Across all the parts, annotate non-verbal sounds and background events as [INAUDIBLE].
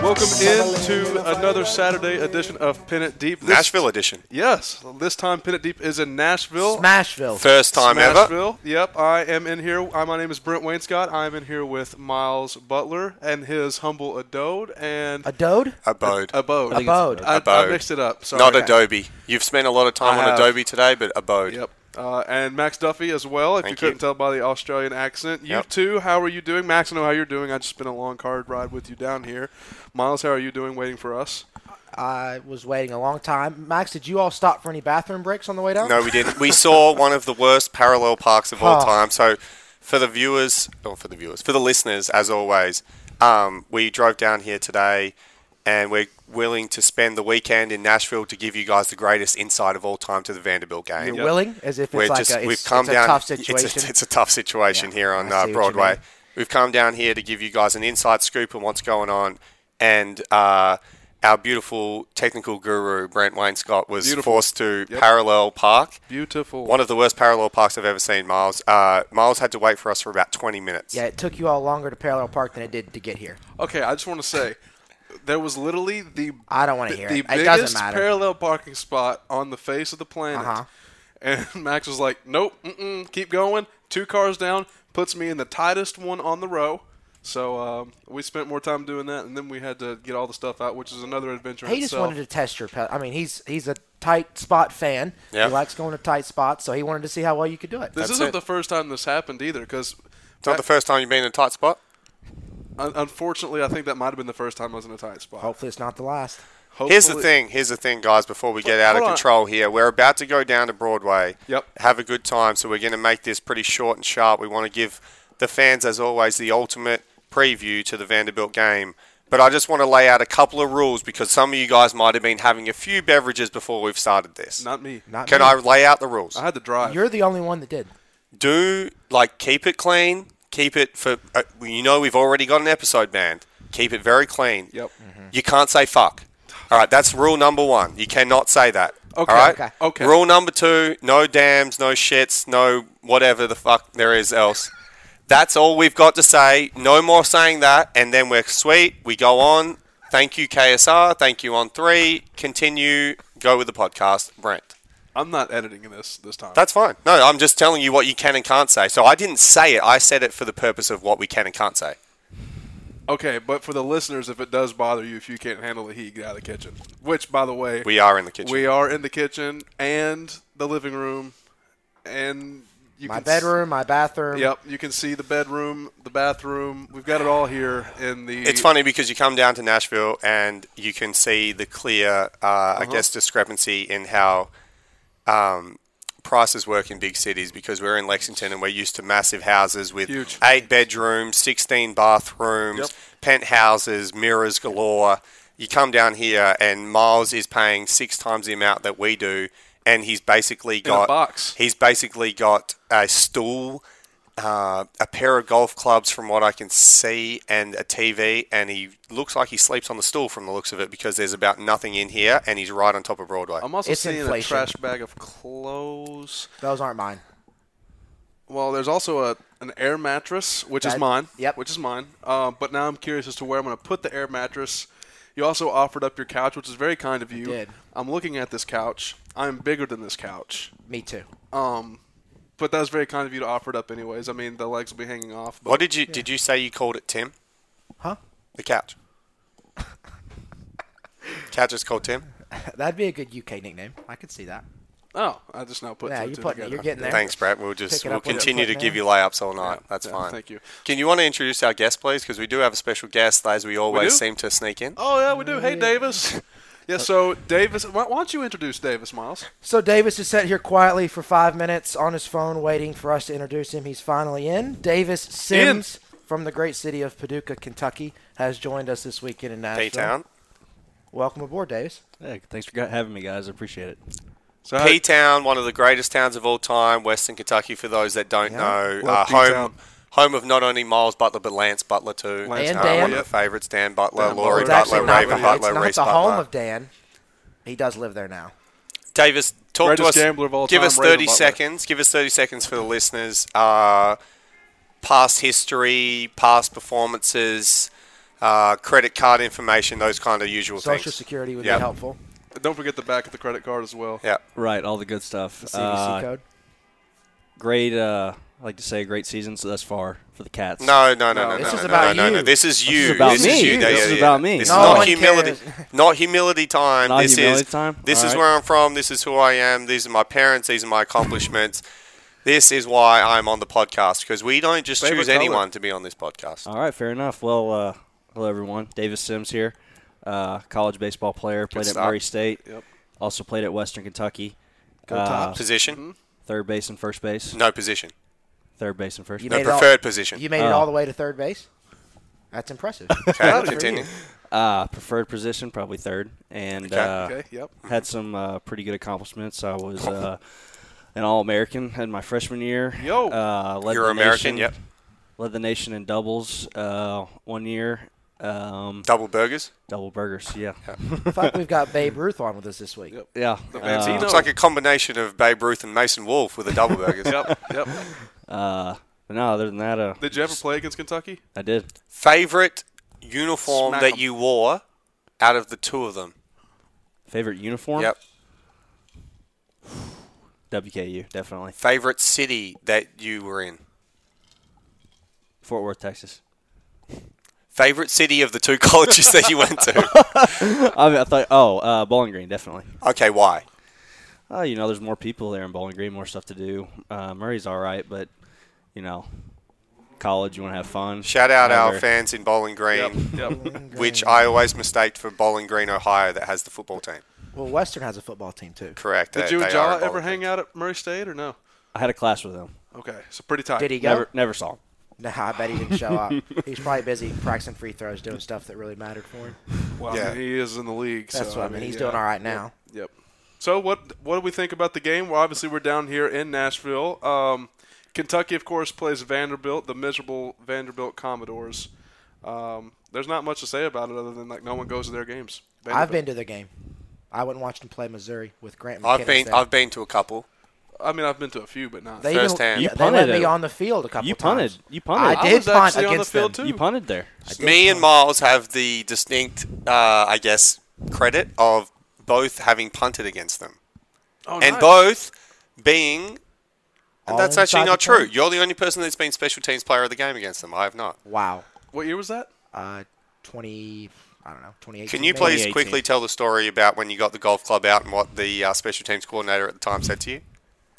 Welcome into another Saturday edition of Pin It Deep. This- Nashville edition. Yes, this time Pin It Deep is in Nashville. Smashville. First time ever. Nashville. Yep, I am in here. I, my name is Brent Wainscott. I'm in here with Miles Butler and his humble adode and A dode? Abode. abode. think it's Abode. I, I Abode. mixed it up. Sorry. Not Adobe. You've spent a lot of time I on have. Adobe today, but Abode. Yep. Uh, and Max Duffy as well. If you Thank couldn't you. tell by the Australian accent, you Yep. too. How are you doing, Max? I know how you're doing. I just spent a long card ride with you down here. Miles, how are you doing? Waiting for us. I was waiting a long time. Max, did you all stop for any bathroom breaks on the way down? No, we didn't. We [LAUGHS] saw one of the worst parallel parks of all Huh. time. So, for the viewers, or for the viewers, for the listeners, as always, um, we drove down here today, and we're willing to spend the weekend in Nashville to give you guys the greatest insight of all time to the Vanderbilt game. You're willing? As if it's we're like just a, it's, we've come it's down. a tough [LAUGHS] it's a- situation. It's a, tough situation Yeah, here on I see uh, what you Broadway. mean. We've come down here to give you guys an inside scoop on what's going on, and uh, our beautiful technical guru Brent Wayne Scott was Beautiful. forced to Yep. parallel park. Beautiful. One of the worst parallel parks I've ever seen, Miles. Uh, Miles had to wait for us for about 20 minutes. yeah, it took you all longer to parallel park than it did to get here. Okay, I just want to say there was literally the I don't wanna the- hear the it. It biggest doesn't matter. parallel parking spot on the face of the planet. Uh-huh. And [LAUGHS] Max was like, "Nope, mm-mm, keep going." Two cars down puts me in the tightest one on the row. So um, we spent more time doing that, and then we had to get all the stuff out, which is another adventure. in He just itself. wanted to test your. Pe- I mean, he's he's a tight spot fan. Yeah. He likes going to tight spots, so he wanted to see how well you could do it. This That's isn't it. the first time this happened either, because It's not the first time you've been in a tight spot. unfortunately, I think that might have been the first time I was in a tight spot. Hopefully, it's not the last. Here's the Hopefully- thing. Here's the thing, guys. Before we get out of Oh, hold on. control here, we're about to go down to Broadway. Yep. Have a good time. So we're going to make this pretty short and sharp. We want to give the fans, as always, the ultimate preview to the Vanderbilt game. But I just want to lay out a couple of rules because some of you guys might have been having a few beverages before we've started this. Not me. Not Can me. I lay out the rules? I had to drive. You're the only one that did. do like keep it clean. Keep it for uh, you know we've already got an episode banned. Keep it very clean. Mm-hmm. Yep. You can't say fuck. All right, that's rule number one. You cannot say that. Okay, All right. okay, okay. Rule number two: no dams, no shits, no whatever the fuck there is else. That's all we've got to say. No more saying that, and then we're sweet. We go on. Thank you, KSR. Thank you on three. Continue. Go with the podcast, Brent. I'm not editing this this time. That's fine. No, I'm just telling you what you can and can't say. So I didn't say it. I said it for the purpose of what we can and can't say. Okay, but for the listeners, if it does bother you, if you can't handle the heat, get out of the kitchen. Which, by the way, We are in the kitchen. we are in the kitchen and the living room, and you My can s- bedroom, my bathroom. yep, you can see the bedroom, the bathroom. We've got it all here in the. It's funny because you come down to Nashville and you can see the clear, uh, Uh-huh. I guess, discrepancy in how um, prices work in big cities because we're in Lexington and we're used to massive houses with Huge. eight bedrooms, 16 bathrooms, Yep. penthouses, mirrors galore. You come down here and Miles is paying six times the amount that we do, and he's basically a got box. He's basically got a stool, uh, a pair of golf clubs, from what I can see, and a TV. And he looks like he sleeps on the stool from the looks of it because there's about nothing in here, and he's right on top of Broadway. I'm also It's seeing inflation. a trash bag of clothes. Those aren't mine. Well, there's also a an air mattress, which is That- mine. yep. Which is mine. Um, but now I'm curious as to where I'm going to put the air mattress. You also offered up your couch, which is very kind of you. did. I'm looking at this couch. I'm bigger than this couch. Me too. Um, but that was very kind of you to offer it up, anyways. I mean, the legs will be hanging off. But what did you did you say you called it, Tim? Huh? The couch. couch is called Tim. That'd be a good UK nickname. I could see that. oh, I just now put Yeah, two, you're two putting it- together. you're getting there. Thanks, Brett. We'll just Pick it we'll up with your continue to foot give now. you layups all night. That's yeah, fine. thank you. Can you want to introduce our guest, please? Because we do have a special guest, as we always Oh, do? seem to sneak in. [LAUGHS] Oh yeah, we do. Hey, Davis. Yeah, so Davis, why, why don't you introduce Davis, Miles? So Davis has sat here quietly for five minutes on his phone waiting for us to introduce him. He's finally in. Davis Sims from the great city of Paducah, Kentucky, has joined us this weekend in Nashville. P Town. Welcome aboard, Davis. Hey, thanks for gu- having me, guys. I appreciate it. So Uh, P Town, one of the greatest towns of all time, Western Kentucky. For those that don't know, Love uh, P-Town. home home of not only Miles Butler but Lance Butler too. Lance And Uh, Dan. one of the favorites, Dan Butler, Dan Laurie it's Butler. Butler, actually not, Raven the- Butler, it's not Reese the Butler. home of Dan. He does live there now. Davis, talk to Greatest us. gambler of all give time, us Raven thirty Butler. seconds. Give us thirty seconds for the listeners. Uh, past history, past performances, uh, credit card information, those kind of usual Social things. Security would Yeah. be helpful. don't forget the back of the credit card as well. Yeah. Right, all the good stuff. CVC Uh, code. Great. Uh, I like to say great seasons thus far for the Cats. No, no, no, no, this no, is no, about no, no, no. you. This is you. about This is me. you. Yeah, This yeah, is yeah. about me. This No is not one humility. Not humility time. Not this humility is time? this is Alright. where I'm from. This is who I am. These are my parents. These are my accomplishments. this is why I'm on the podcast because we don't just Favorite choose color. anyone to be on this podcast. All right, fair enough. Well, uh, hello everyone. Davis Sims here, uh, college baseball player. Played at start. Murray State. Yep. Also played at Western Kentucky. Go uh, Tops. Position? Third base and first base. No position. Third base and first You base. No made it all- preferred position. You made it Oh. all the way to third base. [LAUGHS] That's impressive. Okay, continue. Uh, preferred position, probably third. And Okay. uh, Okay, yep. had some uh, pretty good accomplishments. I was uh, an All American in my freshman year. Yo. uh, led You're the American, nation- yep. Led the nation in doubles uh, one year. Um, Double burgers. double burgers, yeah, Fuck, we've got Babe Ruth on with us this week. yeah. The Uh, Mantino. Looks like a combination of Babe Ruth and Mason Wolf with a double burgers. yep, yep. but no, other than that, uh, Did you ever play against Kentucky? I did. Favorite uniform Smack that 'em. you wore out of the two of them. Favorite uniform? Yep. WKU, definitely. Favorite city that you were in. Fort Worth, Texas. [LAUGHS] Favorite city of the two [LAUGHS] colleges that you went to. I, mean, I thought, oh, uh, Bowling Green, definitely. Okay, why? Uh, you know, there's more people there in Bowling Green, more stuff to do. Uh, Murray's all right, but you know, college, you want to have fun. Shout out our Whatever. fans in Bowling Yep, Green, [LAUGHS] yep. which I always mistaked for Bowling Green, Ohio, that has the football team. Well, Western has a football team too. Correct. Did they- you and they are Ja in ever Bowling Green. hang out at Murray State or no? I had a class with him. Okay, so pretty tight. Did he go? Never, never saw him. Nah, I bet he didn't show [LAUGHS] up. He's probably busy practicing free throws, doing stuff that really mattered for him. Well, I Yeah. mean, he is in the league. That's so, what I mean. He's yeah. doing all right now. Yep. So what what do we think about the game? Well, obviously we're down here in Nashville. Um, Kentucky, of course, plays Vanderbilt, the miserable Vanderbilt Commodores. Um, there's not much to say about it other than like no one goes to their games. I've Vanderbilt- been to the game. I went and watched him play Missouri with Grant. I've McKinnon been, there. I've been to a couple. I mean, I've been to a few, but not. they firsthand. Even, You yeah, they let punted me it. on the field a couple You times. punted. You punted. I I did was punt actually on the against field them. too. You punted there. Me and Miles have the distinct, uh, I guess, credit of both having punted against them. Oh, and nice. both being. And All that's actually inside the not true. team. You're the only person that's been special teams player of the game against them. I have not. Wow. What year was that? Uh, twenty. I don't know. Twenty eight. Can you please 2018. quickly tell the story about when you got the golf club out and what the uh, special teams coordinator at the time said to you?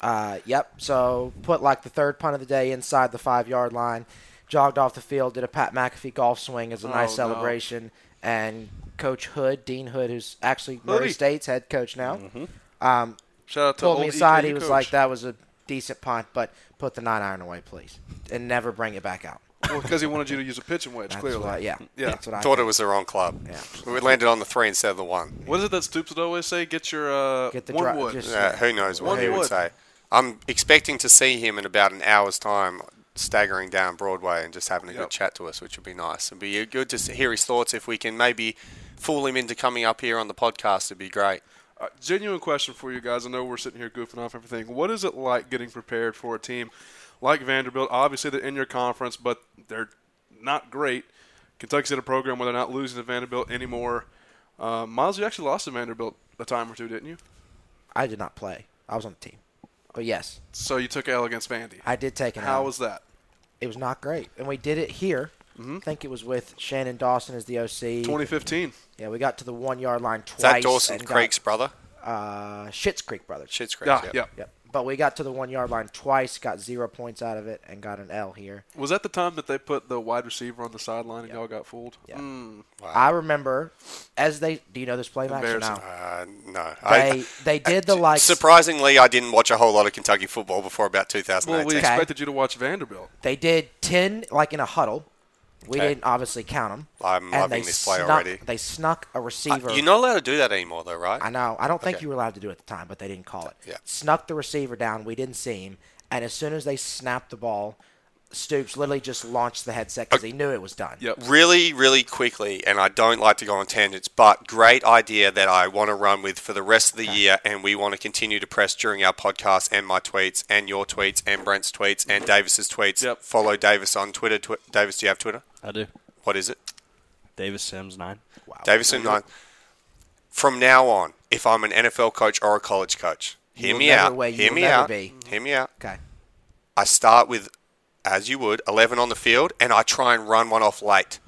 Uh, yep. So put like the third punt of the day inside the five yard line, jogged off the field, did a Pat McAfee golf swing as a nice no. celebration, and Coach Hood, Dean Hood, who's actually Murray Hoodie. State's head coach now, Mm-hmm. um, Shout out to pulled old me aside. EKU He was coach. like, "That was a decent punt, but put the nine iron away, please, and never bring it back out." Well, because he wanted you to use a pitching wedge. [LAUGHS] That's clearly, what I- yeah. yeah. That's what I Thought it was the wrong club. Yeah. We landed on the three instead of the one. What is it that Stoops would always say? Get your uh, Get the one dri- wood. just- Uh, who knows what One he would would. say? I'm expecting to see him in about an hour's time, staggering down Broadway and just having a Yep. good chat to us, which would be nice. It'd be good to s- hear his thoughts. If we can maybe fool him into coming up here on the podcast, it'd be great. Uh, genuine question for you guys. I know we're sitting here goofing off everything. What is it like getting prepared for a team like Vanderbilt? Obviously, they're in your conference, but they're not great. Kentucky's in a program where they're not losing to Vanderbilt anymore. Uh, Miles, you actually lost to Vanderbilt a time or two, didn't you? I did not play. I was on the team, but yes, So you took L against Vandy. I did take an How out. was that? it was not great, and we did it here. I think it was with Shannon Dawson as the OC. 2015. Yeah, we got to the one yard line twice. Is that Dawson and got- Creek's brother? uh, Shit's Creek brothers. Shit's Creek. Yeah, yeah. yeah. Yep. but we got to the one yard line twice, got zero points out of it, and got an L here. Was that the time that they put the wide receiver on the sideline and y'all got fooled? Yeah. Mm, I remember as they. Do you know this play match or Embarrassing. no? Uh, no. They I, they did the like. surprisingly, I didn't watch a whole lot of Kentucky football before about well, 2018. we Okay. expected you to watch Vanderbilt. They did ten like in a huddle. We Okay. didn't obviously count them. I'm loving this play snuck, already. They snuck a Uh, receiver. you're not allowed to do that anymore, though, right? I know. I don't think Okay. you were allowed to do it at the time, but they didn't call it. Yeah. Snuck the receiver down. We didn't see him. And as soon as they snapped the ball, Stoops literally just launched the headset because he knew it was done. Yep. Really, really quickly, and I don't like to go on tangents, but great idea that I want to run with for the rest of the year, and we want to continue to press during our podcast and my tweets and your tweets and Brent's tweets and Davis's tweets. Yep. Follow Davis on Twitter. Twi- Davis, do you have Twitter? I do. What is it? Davis Sims nine. Wow. Davison nine. From now on, if I'm an NFL coach or a college coach, You hear will me never out. weigh- you Hear will me never out. be. Hear me out. Okay. I start with, as you would, 11 on the field, and I try and run one off late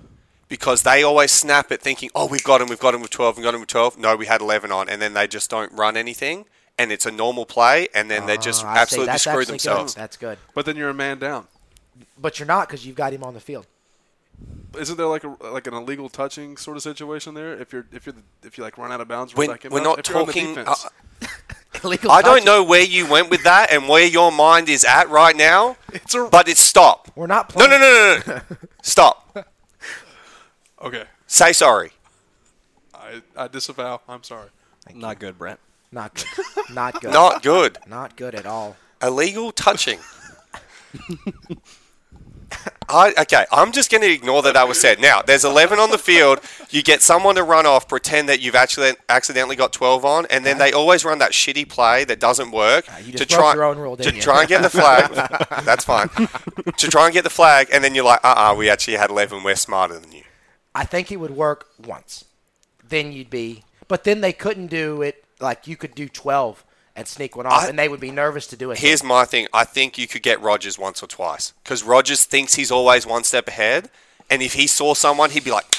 because they always snap it thinking, oh, we've got him, we've got him with 12, we've got him with 12. No, we had 11 on, and then they just don't run anything, and it's a normal play, and then they just Oh, I see. absolutely That's screw actually good. themselves. That's good. But then you're a man down. But you're not because you've got him on the field. [LAUGHS] Isn't there like a like an illegal touching sort of situation there? If you're if you're the, if you like run out of bounds, We're- we're, like, we're no, not if you're on the talking- defense. uh, Illegal I don't touching. know where you went with that and where your mind is at right now, It's a- but it's stop. We're not No, playing. no, no, no, [LAUGHS] no. stop. okay, Say sorry. I, I disavow. I'm sorry. Not good, Brent. Not good. [LAUGHS] Not good. Not good. Not good at all. Illegal touching. [LAUGHS] I, okay, I'm just going to ignore that that was said. Now, there's 11 on the field. You get someone to run off, pretend that you've actually accidentally got 12 on, and then they always run that shitty play that doesn't work you to just broke try your own rule, to didn't you? try and [LAUGHS] get the flag. That's fine. to try and get the flag, and then you're like, uh-uh, we actually had 11. We're smarter than you. I think it would work once. Then you'd be, but then they couldn't do it. Like you could do twelve and sneak one off, I- and they would be nervous to do it. Here's my thing. I think you could get Rogers once or twice because Rogers thinks he's always one step ahead, and if he saw someone, he'd be like,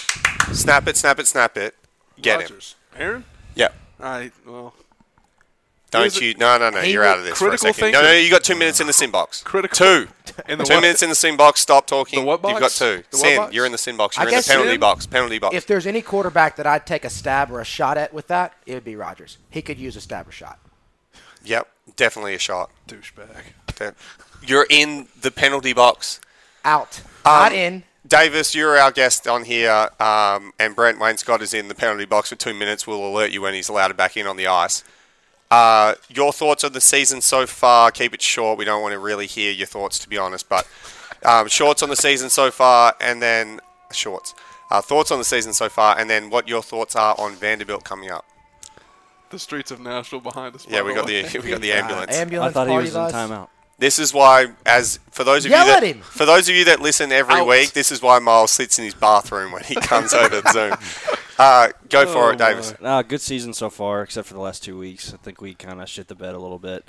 "Snap it, snap it, snap it, get him." Rodgers. Aaron. Yeah. I well Don't Here's a- you? No, no, no. He You're was out of this for a critical second. No, no. thinking. You got two minutes in the sin box. Critical- Two. In the two what- minutes in the sin box. Stop talking. The what You've got box? two. The what sin. box? You're in the sin box. I You're in the guess penalty sin- box. Penalty box. if there's any quarterback that I'd take a stab or a shot at with that, it would be Rodgers. He could use a stab or shot. yep. Definitely a shot. douchebag. De- You're in the penalty box. Out, Um, not in. Davis, you're our guest on here, um, and Brent Wayne Scott is in the penalty box for two minutes. We'll alert you when he's allowed back in on the ice. Uh, your thoughts on the season so far? Keep it short. We don't want to really hear your thoughts, to be honest. But um, shorts on the season so far, and then shorts. Uh, thoughts on the season so far, and then what your thoughts are on Vanderbilt coming up. The streets of Nashville behind us. by Yeah, we got way. the [LAUGHS] we got the Uh, ambulance. ambulance. I thought he party was bus. in timeout. This is why, as for those of Yell you that at him. for those of you that listen every Out. week, this is why Miles sits in his bathroom when he comes over to Zoom. Uh, go for Oh, it, Davis. Uh, good season so far, except for the last two weeks. I think we kind of shit the bed a little bit.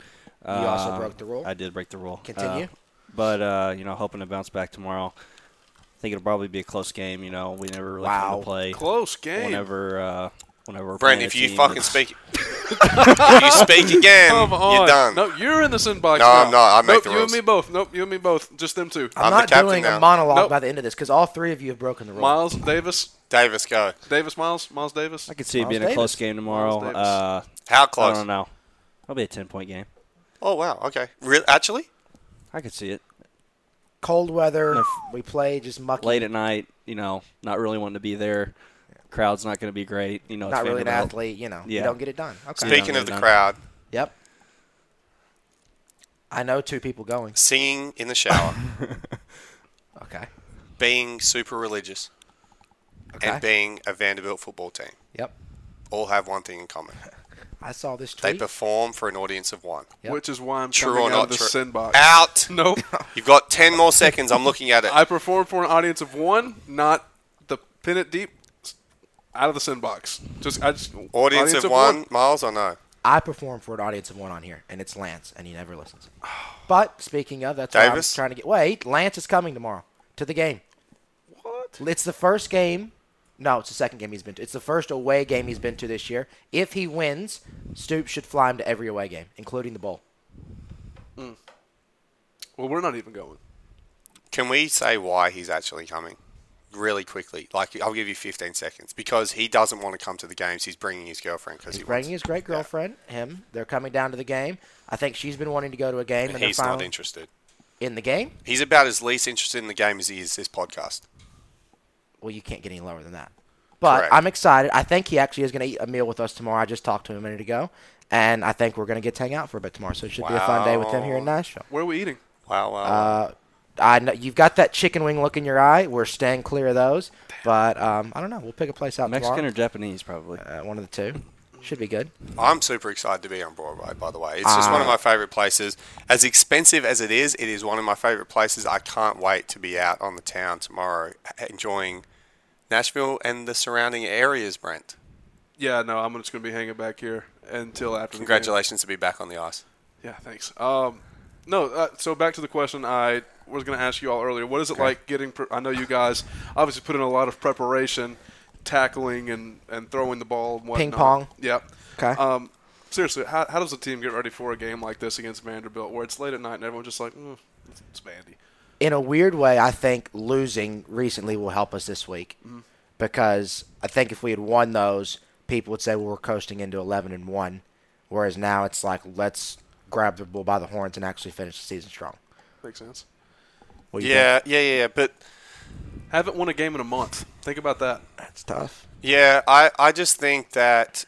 You also broke the rule. I did break the rule. Continue. Uh, but uh, you know, hoping to bounce back tomorrow. I think it'll probably be a close game. You know, we never really come Wow. to play close game. whenever. Uh, whenever we're Brent, playing a if you team fucking [LAUGHS] that's- speak, if you speak again, Come on. you're done. No, you're in the sin box. No, now. I'm not. I make nope, the you rules. and me both. Nope, you and me both. Just them two. I'm, I'm the not captain doing now. a monologue Nope. by the end of this because all three of you have broken the rule. Miles Davis. Davis, go. Davis Miles. Miles Davis. I could see it Miles being a Davis. close game tomorrow. Miles Davis. Uh, How I close? don't know. It'll be a ten-point game. Oh wow. Okay. Real Actually, I could see it. Cold weather. If- We play just mucky. Late at night, you know, not really wanting to be there. Crowd's not going to be great. You know, it's Not really an Vanderbilt. athlete. You know, you Yeah. don't get it done. Okay. Yeah, speaking we're of the done. crowd, Yep. I know two people going. singing in [LAUGHS] the shower, Okay. being super religious, Okay. and being a Vanderbilt football team Yep. all have one thing in common: I saw this tweet. they perform for an audience of one. Yep. Which is why I'm True coming or out not of the true? sin box. Out. Nope. [LAUGHS] You've got 10 more seconds. I'm looking at it. [LAUGHS] I perform for an audience of one, not the pin it deep out of the sin box. Just I just Audience, of, one, Miles or no? I perform for an audience of one on here, and it's Lance, and he never [SIGHS] listens. But speaking of, that's what I was Davis? trying to get. Wait, Lance is coming tomorrow to the game. What? It's the first game. No, it's the second game he's been to. It's the first away game he's been to this year. If he wins, Stoop should fly him to every away game, including the bowl. Well, we're not even going. Can we say why he's actually coming? Really quickly, like I'll give you 15 seconds because he doesn't want to come to the games. He's bringing his girlfriend because he He's wants. bringing his great girlfriend, him. They're coming down to the game. I think she's been wanting to go to a game, and, He's they're not finally interested. in the game. He's about as least interested in the game as he is this podcast. Well, you can't get any lower than that. But Correct. I'm excited. I think he actually is going to eat a meal with us tomorrow. I just talked to him a minute ago, and I think we're going to get to hang out for a bit tomorrow. So it should be a fun day with him here in Nashville. Where are we eating? Wow, wow. I know, you've got that chicken wing look in your eye. We're staying clear of those, but um, I don't know. We'll pick a place out Mexican or tomorrow. Japanese, probably. uh, one of the two should be good. I'm super excited to be on Broadway, by the way. It's just one of my favorite places. As expensive as it is, it is one of my favorite places. I can't wait to be out on the town tomorrow h- enjoying Nashville and the surrounding areas, Brent. Yeah, no, I'm just going to be hanging back here until after. the game. Congratulations to be back on the ice. Yeah, thanks. Um, no, uh, so back to the question I was going to ask you all earlier. What is it like getting? Pre- I know you guys obviously put in a lot of preparation, tackling and, and throwing the ball. And whatnot. Ping pong. Yep. Okay. Um, seriously, how, how does a team get ready for a game like this against Vanderbilt, where it's late at night and everyone's just like, mm, it's, it's Vandy. in a weird way, I think losing recently will help us this week because I think if we had won those, people would say well, we're coasting into eleven and one, whereas now it's like let's grab the bull by the horns and actually finish the season strong. Makes sense. What do you Yeah, yeah, yeah, yeah. But Haven't won a game in a month. Think about that. think? that's tough. Yeah, I, I just think that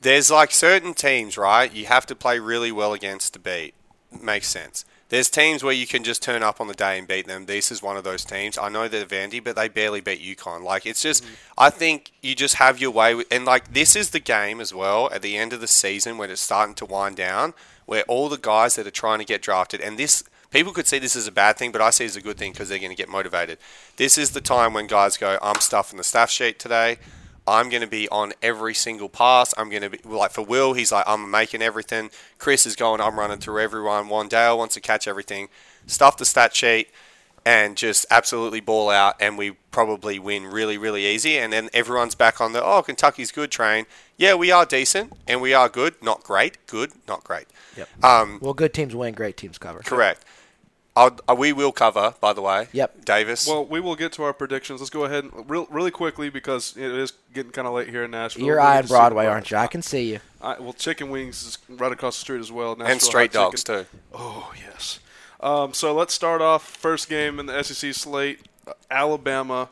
there's like certain teams, right? You have to play really well against to beat. Makes sense. There's teams where you can just turn up on the day and beat them. This is one of those teams. I know they're Vandy, but they barely beat UConn. Like it's just, I think you just have your way. With, and like this is the game as well at the end of the season when it's starting to wind down, where all the guys that are trying to get drafted, and this People could see this as a bad thing, but I see it as a good thing because they're going to get motivated. This is the time when guys go, I'm stuffing the staff sheet today. I'm going to be on every single pass. I'm going to be like for Will, he's like, I'm making everything. Chris is going, I'm running through everyone. Wandale wants to catch everything. Stuff the stat sheet and just absolutely ball out, and we probably win really, really easy. And then everyone's back on the oh, Kentucky's good train. Yeah, we are decent and we are good, not great, good, not great. Yep. Um, Well, good teams win, great teams cover. Correct. I'll, uh, we will cover, by the way. Yep. Davis. Well, we will get to our predictions. Let's go ahead and real, really quickly because it is getting kind of late here in Nashville. You're We'll get eyeing to Super Broadway, Bowl. aren't you? I can see you. I, well, chicken wings is right across the street as well. Nashville and straight Hot dogs, Chicken. too. Oh yes. Um, so let's start off first game in the SEC slate: uh, Alabama,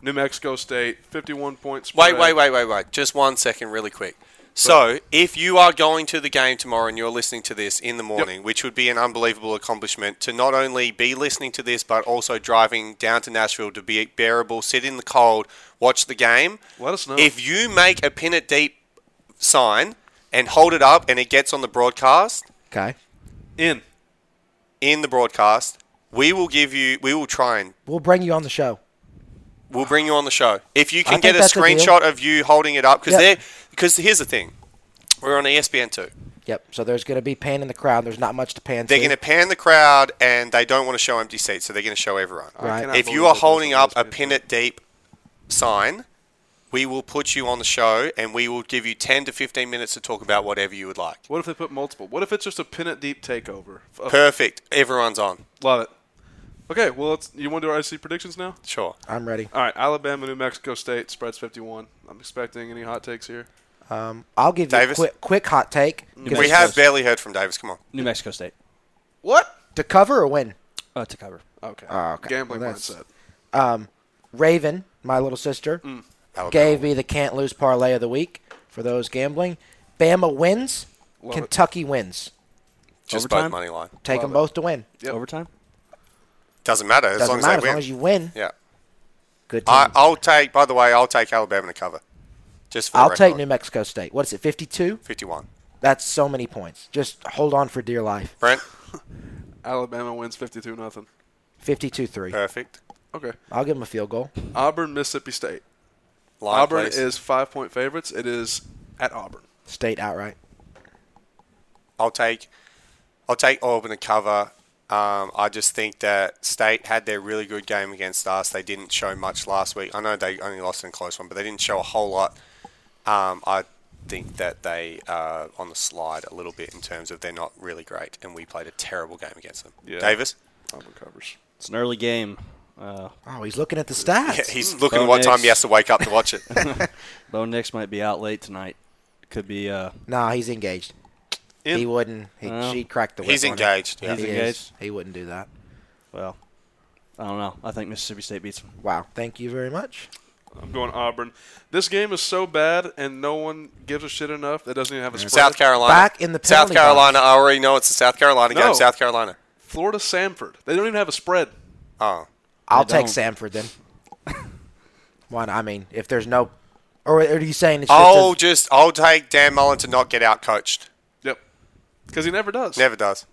New Mexico State, fifty-one points. Wait, wait, wait, wait, wait. Just one second, really quick. So, if you are going to the game tomorrow and you're listening to this in the morning, which would be an unbelievable accomplishment to not only be listening to this, but also driving down to Nashville to be bearable, sit in the cold, watch the game. Let us know. If you make a pin it deep sign and hold it up and it gets on the broadcast, Okay. In. in the broadcast, we will give you, we will try and We'll bring you on the show. We'll bring you on the show if you can think get a that's a deal. screenshot of you holding it up because Yep. they're because here's the thing, we're on E ESPN two. Yep. So there's going to be pain in the crowd. There's not much to pan They're to. going to pan the crowd and they don't want to show empty seats, so they're going to show everyone. Right. cannot If believe you are that holding up that's ESPN2. a pin it deep sign, we will put you on the show and we will give you ten to fifteen minutes to talk about whatever you would like. What if they put multiple? What if it's just a pennant deep takeover? F- uh, Perfect. Everyone's on. Love it. Okay, well, it's, you want to do our SEC predictions now? Sure. I'm ready. All right, Alabama, New Mexico State spreads fifty-one. I'm expecting any hot takes here. Um, I'll give you a Davis? quick, quick hot take. 'cause We it's have close. barely heard from Davis. Come on. New Mexico State What? to cover or win. uh, to cover. Okay. Ah, okay. Gambling Well, that's- mindset. Raven, my little sister, Mm. Alabama. gave me the can't lose parlay of the week for those gambling. Bama wins, Love it. Kentucky wins. Just both Overtime? money line. Take them both to win. Yep. Overtime. Doesn't matter as Doesn't long matter as as they win. long as you win. yeah. Good team. I, I'll take. By the way, I'll take Alabama to cover. Just for the I'll take record. New Mexico State. What is it? Fifty-two. fifty-one. That's so many points. Just hold on for dear life. Brent, Alabama wins fifty-two nothing. Fifty-two-three. perfect. Okay. I'll give them a field goal. Auburn, Mississippi State. Line, Auburn please. is five-point favorites. It is at Auburn. State outright. I'll take. I'll take Auburn to cover. Um, I just think that State had their really good game against us. They didn't show much last week. I know they only lost in a close one, but they didn't show a whole lot. Um, I think that they are on the slide a little bit in terms of they're not really great, and we played a terrible game against them. Yeah. Davis, I'm recovers. It's an early game. Uh, Oh, he's looking at the stats. yeah, he's Hmm. looking Bo at what time Nix. he has to wake up to watch [LAUGHS] it. Bo Nix might be out late tonight. Could be. Uh, no, he's engaged. In- he wouldn't. He, Well, she'd crack the whip he's on it. engaged. He Yeah. He's is. engaged. He wouldn't do that. well, I don't know. I think Mississippi State beats them. Wow. Thank you very much. I'm going Auburn. This game is so bad, and no one gives a shit enough that doesn't even have a spread. South Carolina. Back in the South penalty Carolina. I already know it's the South Carolina No. game. South Carolina. Florida Sanford. They don't even have a spread. Oh, I'll take don't. Samford then. Why not? I mean, if there's no, or are you saying it's just I'll a- Oh, just I'll take Dan Mullen to not get out coached. Yep. Because he never does. Never does.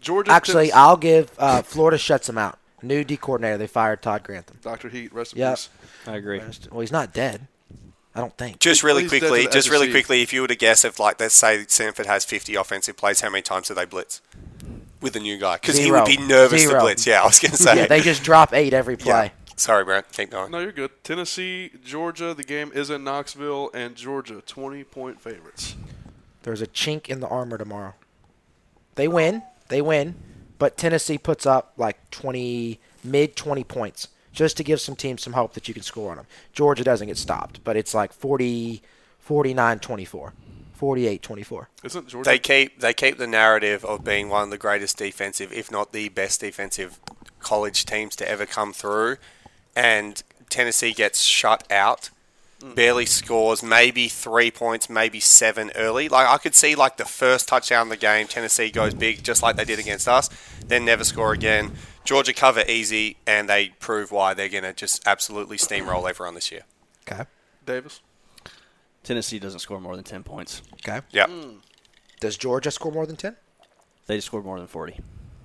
Georgia. actually? tips- I'll give uh, Florida shuts him out. New D coordinator. They fired Todd Grantham. Dr. Heat, rest in Yep. peace. I agree. Well, he's not dead. I don't think. Just really Please dead to quickly, the just really SEC. quickly, if you were to guess, if like let's say Sanford has 50 offensive plays, how many times do they blitz with a new guy? Because he would Zero. be nervous to Zero. blitz. Yeah, I was going to say. [LAUGHS] Yeah, they just drop eight every Yeah. play. Sorry, Brent. Keep going. No, you're good. Tennessee, Georgia. The game is in Knoxville, and Georgia 20 point favorites. There's a chink in the armor tomorrow. They win. They win. But Tennessee puts up like 20, mid 20 points just to give some teams some hope that you can score on them. Georgia doesn't get stopped, but it's like 40, 49 24, 48 24. Isn't Georgia? They keep they keep the narrative of being one of the greatest defensive, if not the best defensive college teams to ever come through, and Tennessee gets shut out, barely scores, maybe three points, maybe seven early. Like I could see like the first touchdown of the game, Tennessee goes big just like they did against us, then never score again. Georgia cover easy, and they prove why they're gonna just absolutely steamroll everyone this year. Okay. Davis. Tennessee doesn't score more than 10 points. Okay. Yep. Does Georgia score more than 10? They scored more than 40.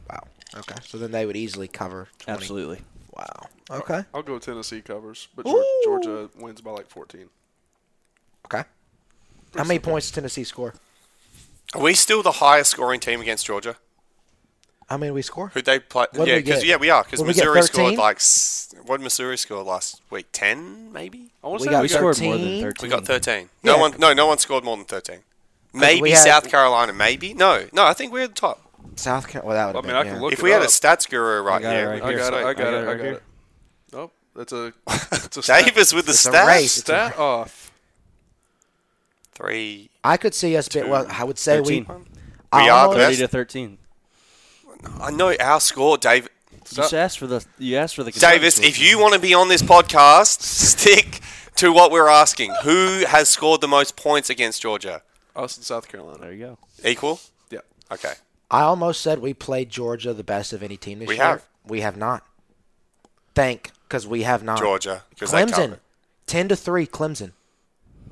Wow. Okay. So then they would easily cover 20. Absolutely. Wow. Okay. I'll go Tennessee covers, but Geor- Ooh. Georgia wins by like 14. Okay. How many points does Tennessee score? Are we still the highest scoring team against Georgia? How many we score? Who they play? What did yeah, we because get? yeah, we are because What did we get, Missouri scored 13? like s- what did Missouri score last week? Ten maybe. I want We to say got- we We got scored more than 13? 13. We got thirteen. No Yeah. one, no, no one scored more than thirteen. Maybe we had- South Carolina. Maybe no, no. I think we're at the top. South Carolina. I mean, I can look. if it we had a up. stats guru right got it here, right we I could here. got it. say- I got it. I right got here. it. Nope. That's [LAUGHS] a. It's a stat, Davis with the It's a stats. race. [LAUGHS] stat off. Three. I could see us. Bit, well, I would say we. 13. We are the almost- best. 30 to 13. I know our score, Dave. You just asked for the. You asked for the. Davis, consensus. if you want to be on this podcast, stick to what we're asking. Who has scored the most points against Georgia? Us in South Carolina. There you go. Equal. Yeah. Okay. I almost said we played Georgia the best of any team this We year. have. We have not. Thank, because we have not. Georgia, 'cause they Clemson, covered. ten to three. Clemson.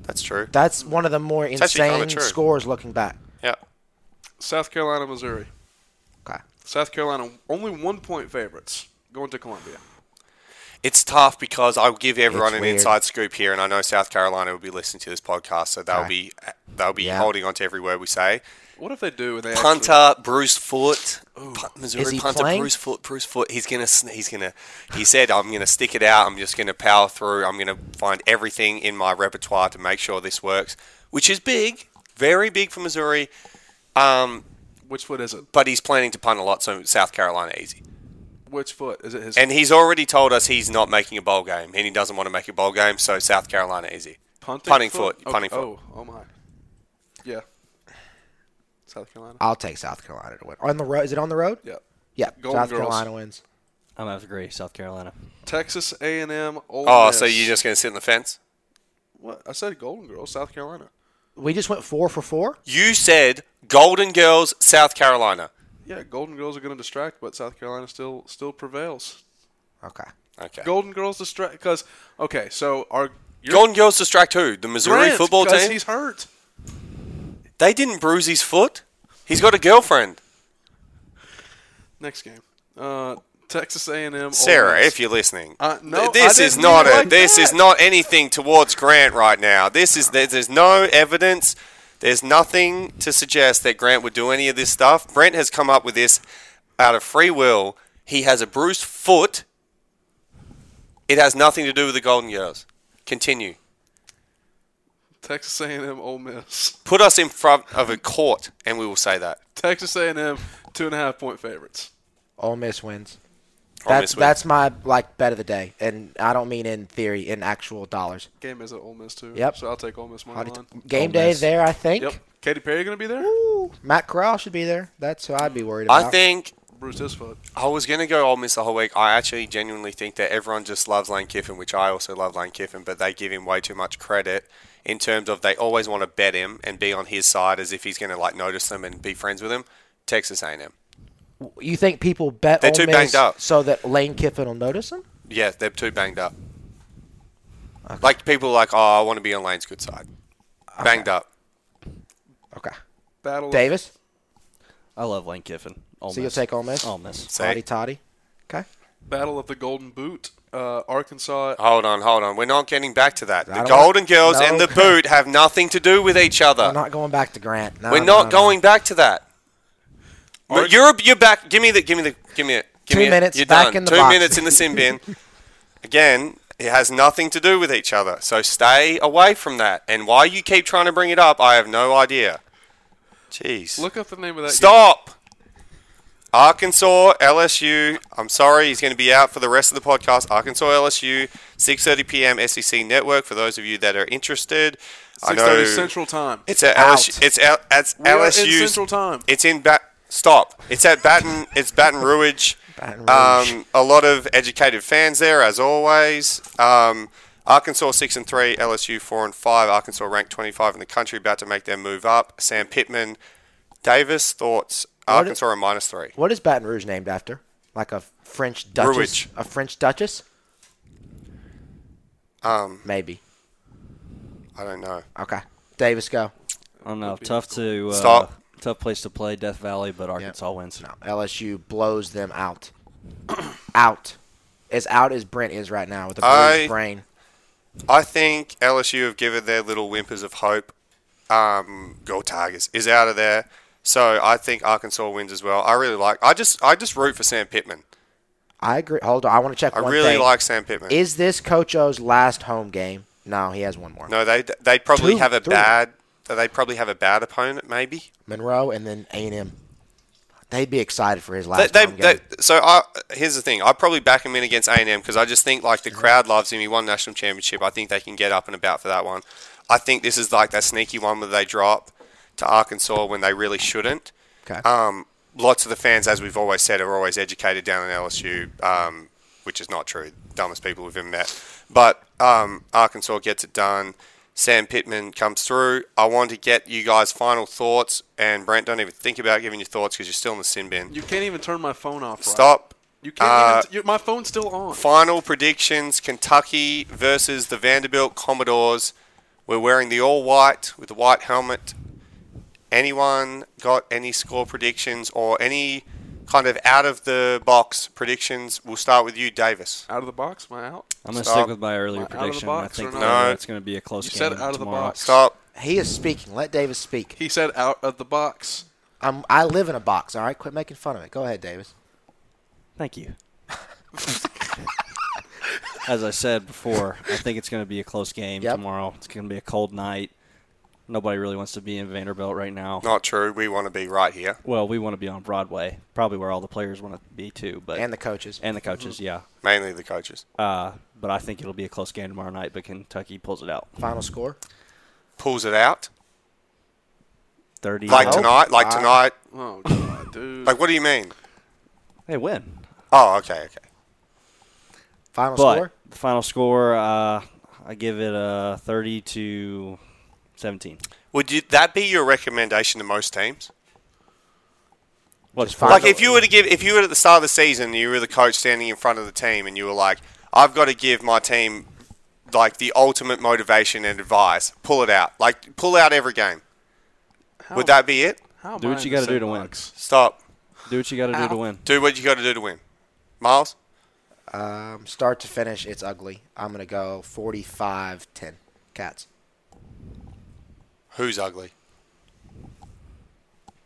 That's true. That's one of the more actually kinda insane true. scores looking back. yeah. South Carolina, Missouri. Okay. South Carolina only one point favorites going to Columbia. It's tough because I'll give everyone It's an weird. inside scoop here, and I know South Carolina will be listening to this podcast, so they'll be they'll be Yeah. holding on to every word we say. What if they do? And they actually- Punter Bruce Foot, Pu- Is Missouri he punter playing? Bruce Foot, Bruce Foot. He's gonna sn- he's gonna he said I'm gonna stick it out. I'm just gonna power through. I'm gonna find everything in my repertoire to make sure this works, which is big, very big for Missouri. Um, which foot is it? but he's planning to punt a lot, so South Carolina easy. Which foot is it? His And he's already told us he's not making a bowl game, and he doesn't want to make a bowl game, so South Carolina easy. punting, punting foot, Okay. punting foot. Oh, oh my. Yeah. South Carolina. I'll take South Carolina to win. On the road? Is it on the road? Yeah. Yeah. Golden South Girls. Carolina wins. I'm gonna have to agree. South Carolina. Texas A&M. Ole Oh, so Miss. you're just going to sit on the fence? What? I said Golden Girls, South Carolina. We just went four for four. You said Golden Girls, South Carolina. Yeah, Golden Girls are going to distract, but South Carolina still still prevails. Okay. Okay. Golden Girls distract because okay, so our your Golden Girls distract who? The Missouri Grant, football 'cause team? He's hurt. They didn't bruise his foot. He's got a girlfriend. Next game, uh, Texas A&M. Ole Sarah, Miss. if you're listening, Uh, no, th- this I is didn't not mean it a, like this is that. not anything towards Grant right now. This is there, there's no evidence. There's nothing to suggest that Grant would do any of this stuff. Brent has come up with this out of free will. He has a bruised foot. It has nothing to do with the Golden Girls. Continue. Texas A&M, Ole Miss. [LAUGHS] Put us in front of a court, and we will say that. Texas A&M, two and a half point favorites. Ole Miss wins. Ole That's Miss wins. that's my like bet of the day, and I don't mean in theory, in actual dollars. Game is at Ole Miss too. Yep. So I'll take Ole Miss money Howdy- line. Game Ole day Miss. there, I think. Yep. Katy Perry gonna be there? Matt Corral should be there. That's who I'd be worried about. I think Bruce Isfoot. I was gonna go Ole Miss the whole week. I actually genuinely think that everyone just loves Lane Kiffin, which I also love Lane Kiffin, but they give him way too much credit in terms of they always want to bet him and be on his side as if he's gonna like notice them and be friends with him. Texas A&M. you think people bet They're Ole too Miss banged up. so that Lane Kiffin will notice them? Yeah, they're too banged up. Like people are like, oh, I want to be on Lane's good side. Banged up. Okay. Battle. of- Davis, I love Lane Kiffin. Ole so you'll Miss. take Ole Miss. Ole Miss. Say- Toddy Toddy. Okay. Battle of the Golden Boot. Uh, Arkansas. Hold on, hold on. We're not getting back to that. I The don't Golden want- Girls No. and the boot have nothing to do with each other. I'm not going back to Grant. No, Uh, We're no, not no, no. going back to that. Or- But you're you're back. Give me the give me the give me it. Give Two me it. minutes You're back done. in the Two box. minutes [LAUGHS] in the sin bin. Again, it has nothing to do with each other. So stay away from that. And why you keep trying to bring it up, I have no idea. Jeez. Look up the name of that. game. Stop. Arkansas, LSU. I'm sorry, he's going to be out for the rest of the podcast. Arkansas, LSU, 6:30 p.m. SEC E Network. For those of you that are interested, I know 6:30 Central Time. It's at Out. LSU. It's at it's We are in LSU. 's- Central Time. It's in bat. Stop. It's at Baton. It's Baton Rouge. Baton Rouge. Um, a lot of educated fans there, as always. Um, Arkansas six and three, LSU four and five. Arkansas ranked twenty five in the country, about to make their move up. Sam Pittman, Davis thoughts. Arkansas are minus three. What is Baton Rouge named after? Like a French duchess? Rouge. A French duchess? Um, Maybe. I don't know. Okay. Davis, go. I don't know. Tough to uh, Stop. Tough place to play, Death Valley, but Arkansas wins. No, LSU blows them out. [CLEARS THROAT] out. As out as Brent is right now with a bruised I- brain. I think LSU have given their little whimpers of hope. Um, Gold Tigers is out of there, so I think Arkansas wins as well. I really like. I just I just root for Sam Pittman. I agree. Hold on. I want to check I one really thing. like Sam Pittman. Is this Coach O's last home game? No, he has one more. No, they they probably Two, have a three. bad. They probably have a bad opponent, maybe. Monroe and then A&M. They'd be excited for his They, last they, home they, game. so I, here's the thing: I probably back him in against A and M because I just think like the crowd loves him. He won national championship. I think they can get up and about for that one. I think this is like that sneaky one where they drop to Arkansas when they really shouldn't. okay. Um, lots of the fans, as we've always said, are always educated down in LSU, um, which is not true. Dumbest people we've ever met. But um, Arkansas gets it done. Sam Pittman comes through. I want to get you guys' final thoughts, and Brent, don't even think about giving your thoughts because you're still in the sin bin. You can't even turn my phone off. Right? Stop. You can't. Uh, even, you, my phone's still on. Final predictions: Kentucky versus the Vanderbilt Commodores. We're wearing the all white with the white helmet. Anyone got any score predictions or any kind of out of the box predictions? We'll start with you, Davis. Out of the box. Am I out? I'm gonna Stop. stick with my earlier Out of the prediction. I box think or not? No. it's gonna be a close You game said out of the tomorrow. box. Stop. he is speaking. Let Davis speak. He said out of the box. I'm, I live in a box, all right? Quit making fun of it. Go ahead, Davis. [LAUGHS] Thank you. As I said before, I think it's going to be a close game Yep. tomorrow. It's going to be a cold night. Nobody really wants to be in Vanderbilt right now. Not true. We want to be right here. Well, we want to be on Broadway, probably where all the players want to be too. But And the coaches. and the coaches, Mm-hmm. yeah. Mainly the coaches. Uh, but I think it'll be a close game tomorrow night. But Kentucky pulls it out, Final score? Pulls it out. thirty. Like No. tonight. Like I- tonight. Oh god, dude. Like what do you mean? they win. Oh, okay, okay. Final but score? the final score, uh, I give it a thirty to seventeen. Would you that be your recommendation to most teams? What's fine. like if you were to give if you were at the start of the season and you were the coach standing in front of the team and you were like i've got to give my team like the ultimate motivation and advice pull it out like pull out every game How- would that be it how am Do I what in you the gotta do same to win. box? stop do what you got to do Ow. to win. do what you got to do to win miles Um, start to finish, it's ugly. I'm going to go 45 10. Cats. who's ugly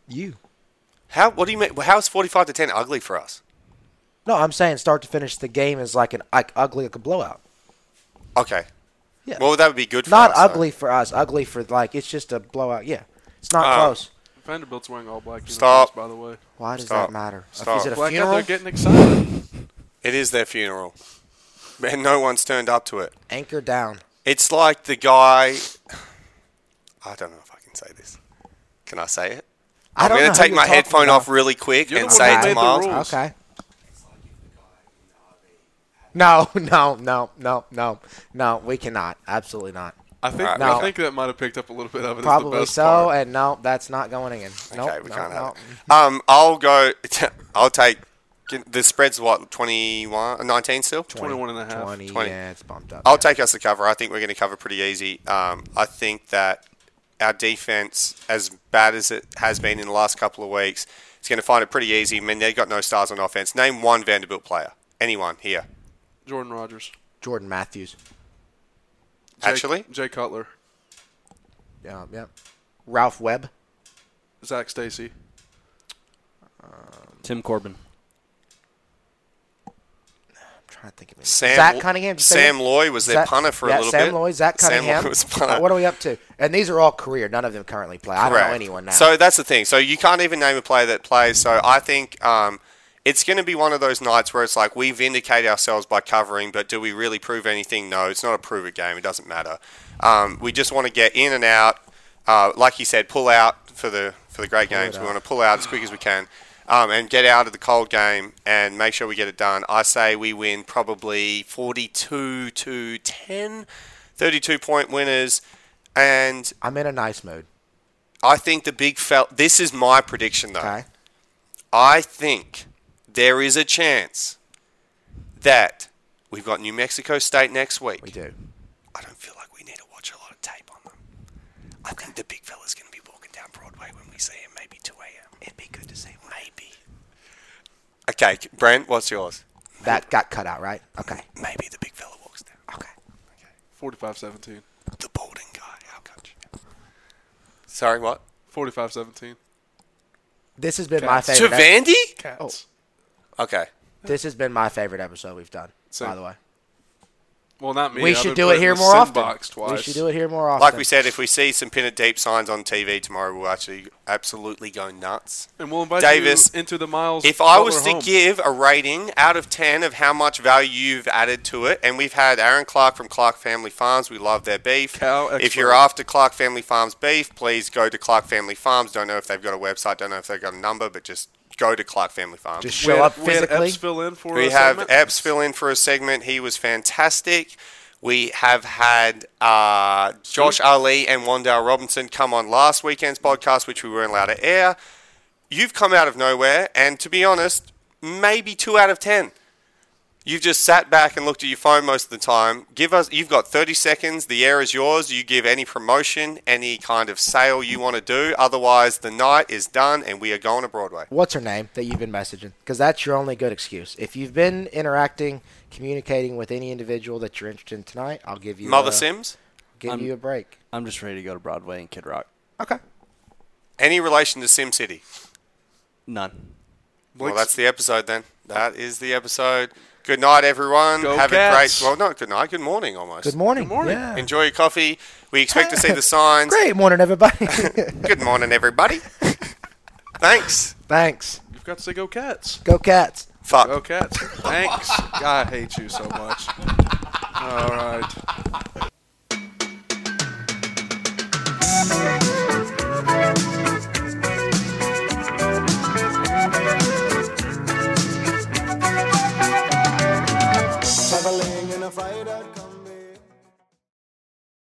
You. how what do you mean how's 45 to 10 ugly for us No, I'm saying start to finish, the game is like an like ugly, like a blowout. okay Yeah. Well, that would be good for Not us, though. ugly for us. Ugly for like it's just a blowout. Yeah, it's not Uh, close. Vanderbilt's wearing all black uniforms, Stop. by the way. Why does stop. that matter? Stop. Is it a Black funeral? they're getting excited. It is their funeral. And no one's turned up to it. Anchor down. It's like the guy. I don't know if I can say this. Can I say it? I I'm don't gonna know who take you're my talking headphone about. off really quick You're and the one say that it made to the Miles. rules. Okay. No, [LAUGHS] no, no, no, no, no. We cannot. Absolutely not. I think Alright, I no. think that might have picked up a little bit of it. is the Probably best so. part. And no, that's not going in. Nope, okay, we nope, can't have nope. it. Um, I'll go. [LAUGHS] I'll take. can- The spread's what? 21, 19 still? 21 and a half. 20, 20. Yeah, it's bumped up. I'll yeah. take us to cover. I think we're going to cover pretty easy. Um, I think that our defense, as bad as it has been in the last couple of weeks, is going to find it pretty easy. I mean, they've got no stars on offense. Name one Vanderbilt player. Anyone here. Jordan Rogers, Jordan Matthews. Jay- Actually? Jay Cutler, Yeah, yeah. Ralph Webb. Zach Stacy, Tim Corbin. I'm trying to think of it. Sam Zach Lo- Cunningham. did you say Sam that? Loy was their Zach- punter for yeah, a little Sam bit. Loy, Zach Cunningham. Sam Loy was a punter. What are we up to? And these are all career. None of them currently play. I don't Correct. know anyone now. So that's the thing. So you can't even name a player that plays. So I think um, it's going to be one of those nights where it's like we vindicate ourselves by covering, but do we really prove anything? No, it's not a prove it game. It doesn't matter. Um, we just want to get in and out. Uh, like you said, pull out for the for the great games. We want to pull out as quick as we can. Um, and get out of the cold game and make sure we get it done. I say we win probably 42 to 10, 32 point winners. And I'm in a nice mood. I think the big fel. This is my prediction, though. Okay. I think there is a chance that we've got New Mexico State next week. We do. I don't feel like we need to watch a lot of tape on them. I think the big fella's going to be walking down Broadway when we see him, maybe 2 a.m. It'd be good to see him. Maybe. Okay, Brent, what's yours? That got cut out, right? Okay. Maybe the big fella walks down. Okay. 45-17. The balding guy, our coach. Sorry, what? 45-17. This has been my To favorite. ep- Vandy? Oh. Cats. Okay. this has been my favorite episode we've done. Same. By the way, Well, not me. we I've should been do put it in here the more sin often. Box twice. We should do it here more often. Like we said, if we see some pin it deep signs on TV tomorrow, we'll actually absolutely go nuts. And we'll invite Davis, you into the Miles. If I was Butler to home. give a rating out of 10 of how much value you've added to it, and we've had Aaron Clark from Clark Family Farms, we love their beef. Cow if you're expert. after Clark Family Farms beef, please go to Clark Family Farms. Don't know if they've got a website, don't know if they've got a number, but just go to Clark Family Farms. just we show had, up we had physically. Epps fill in for We a have segment. Epps fill in for a segment. He was fantastic. We have had uh, Josh Ali and Wandale Robinson come on last weekend's podcast, which we weren't allowed to air. You've come out of nowhere, and to be honest, maybe two out of ten. You've just sat back and looked at your phone most of the time. Give us you've got 30 seconds. The air is yours. You give any promotion, any kind of sale you want to do. Otherwise, the night is done and we are going to Broadway. What's her name that you've been messaging? Because that's your only good excuse. If you've been interacting, communicating with any individual that you're interested in tonight, I'll give you Mother a, Sims? Give I'm- you a break. I'm just ready to go to Broadway and Kid Rock. Okay. Any relation to Sim City? None. Well, Blake's- that's the episode then. That is the episode. Good night, everyone. Go Have Cats. a great. Well, not good night. Good morning, almost. Good morning. Good morning. Yeah. Enjoy your coffee. We expect to see [LAUGHS] the signs. Great [LAUGHS] morning, everybody. Good morning, [LAUGHS] everybody. Thanks. Thanks. You've got to say go cats. Go Cats. Fuck. Go cats. Thanks. I hate you so much. All right. Thank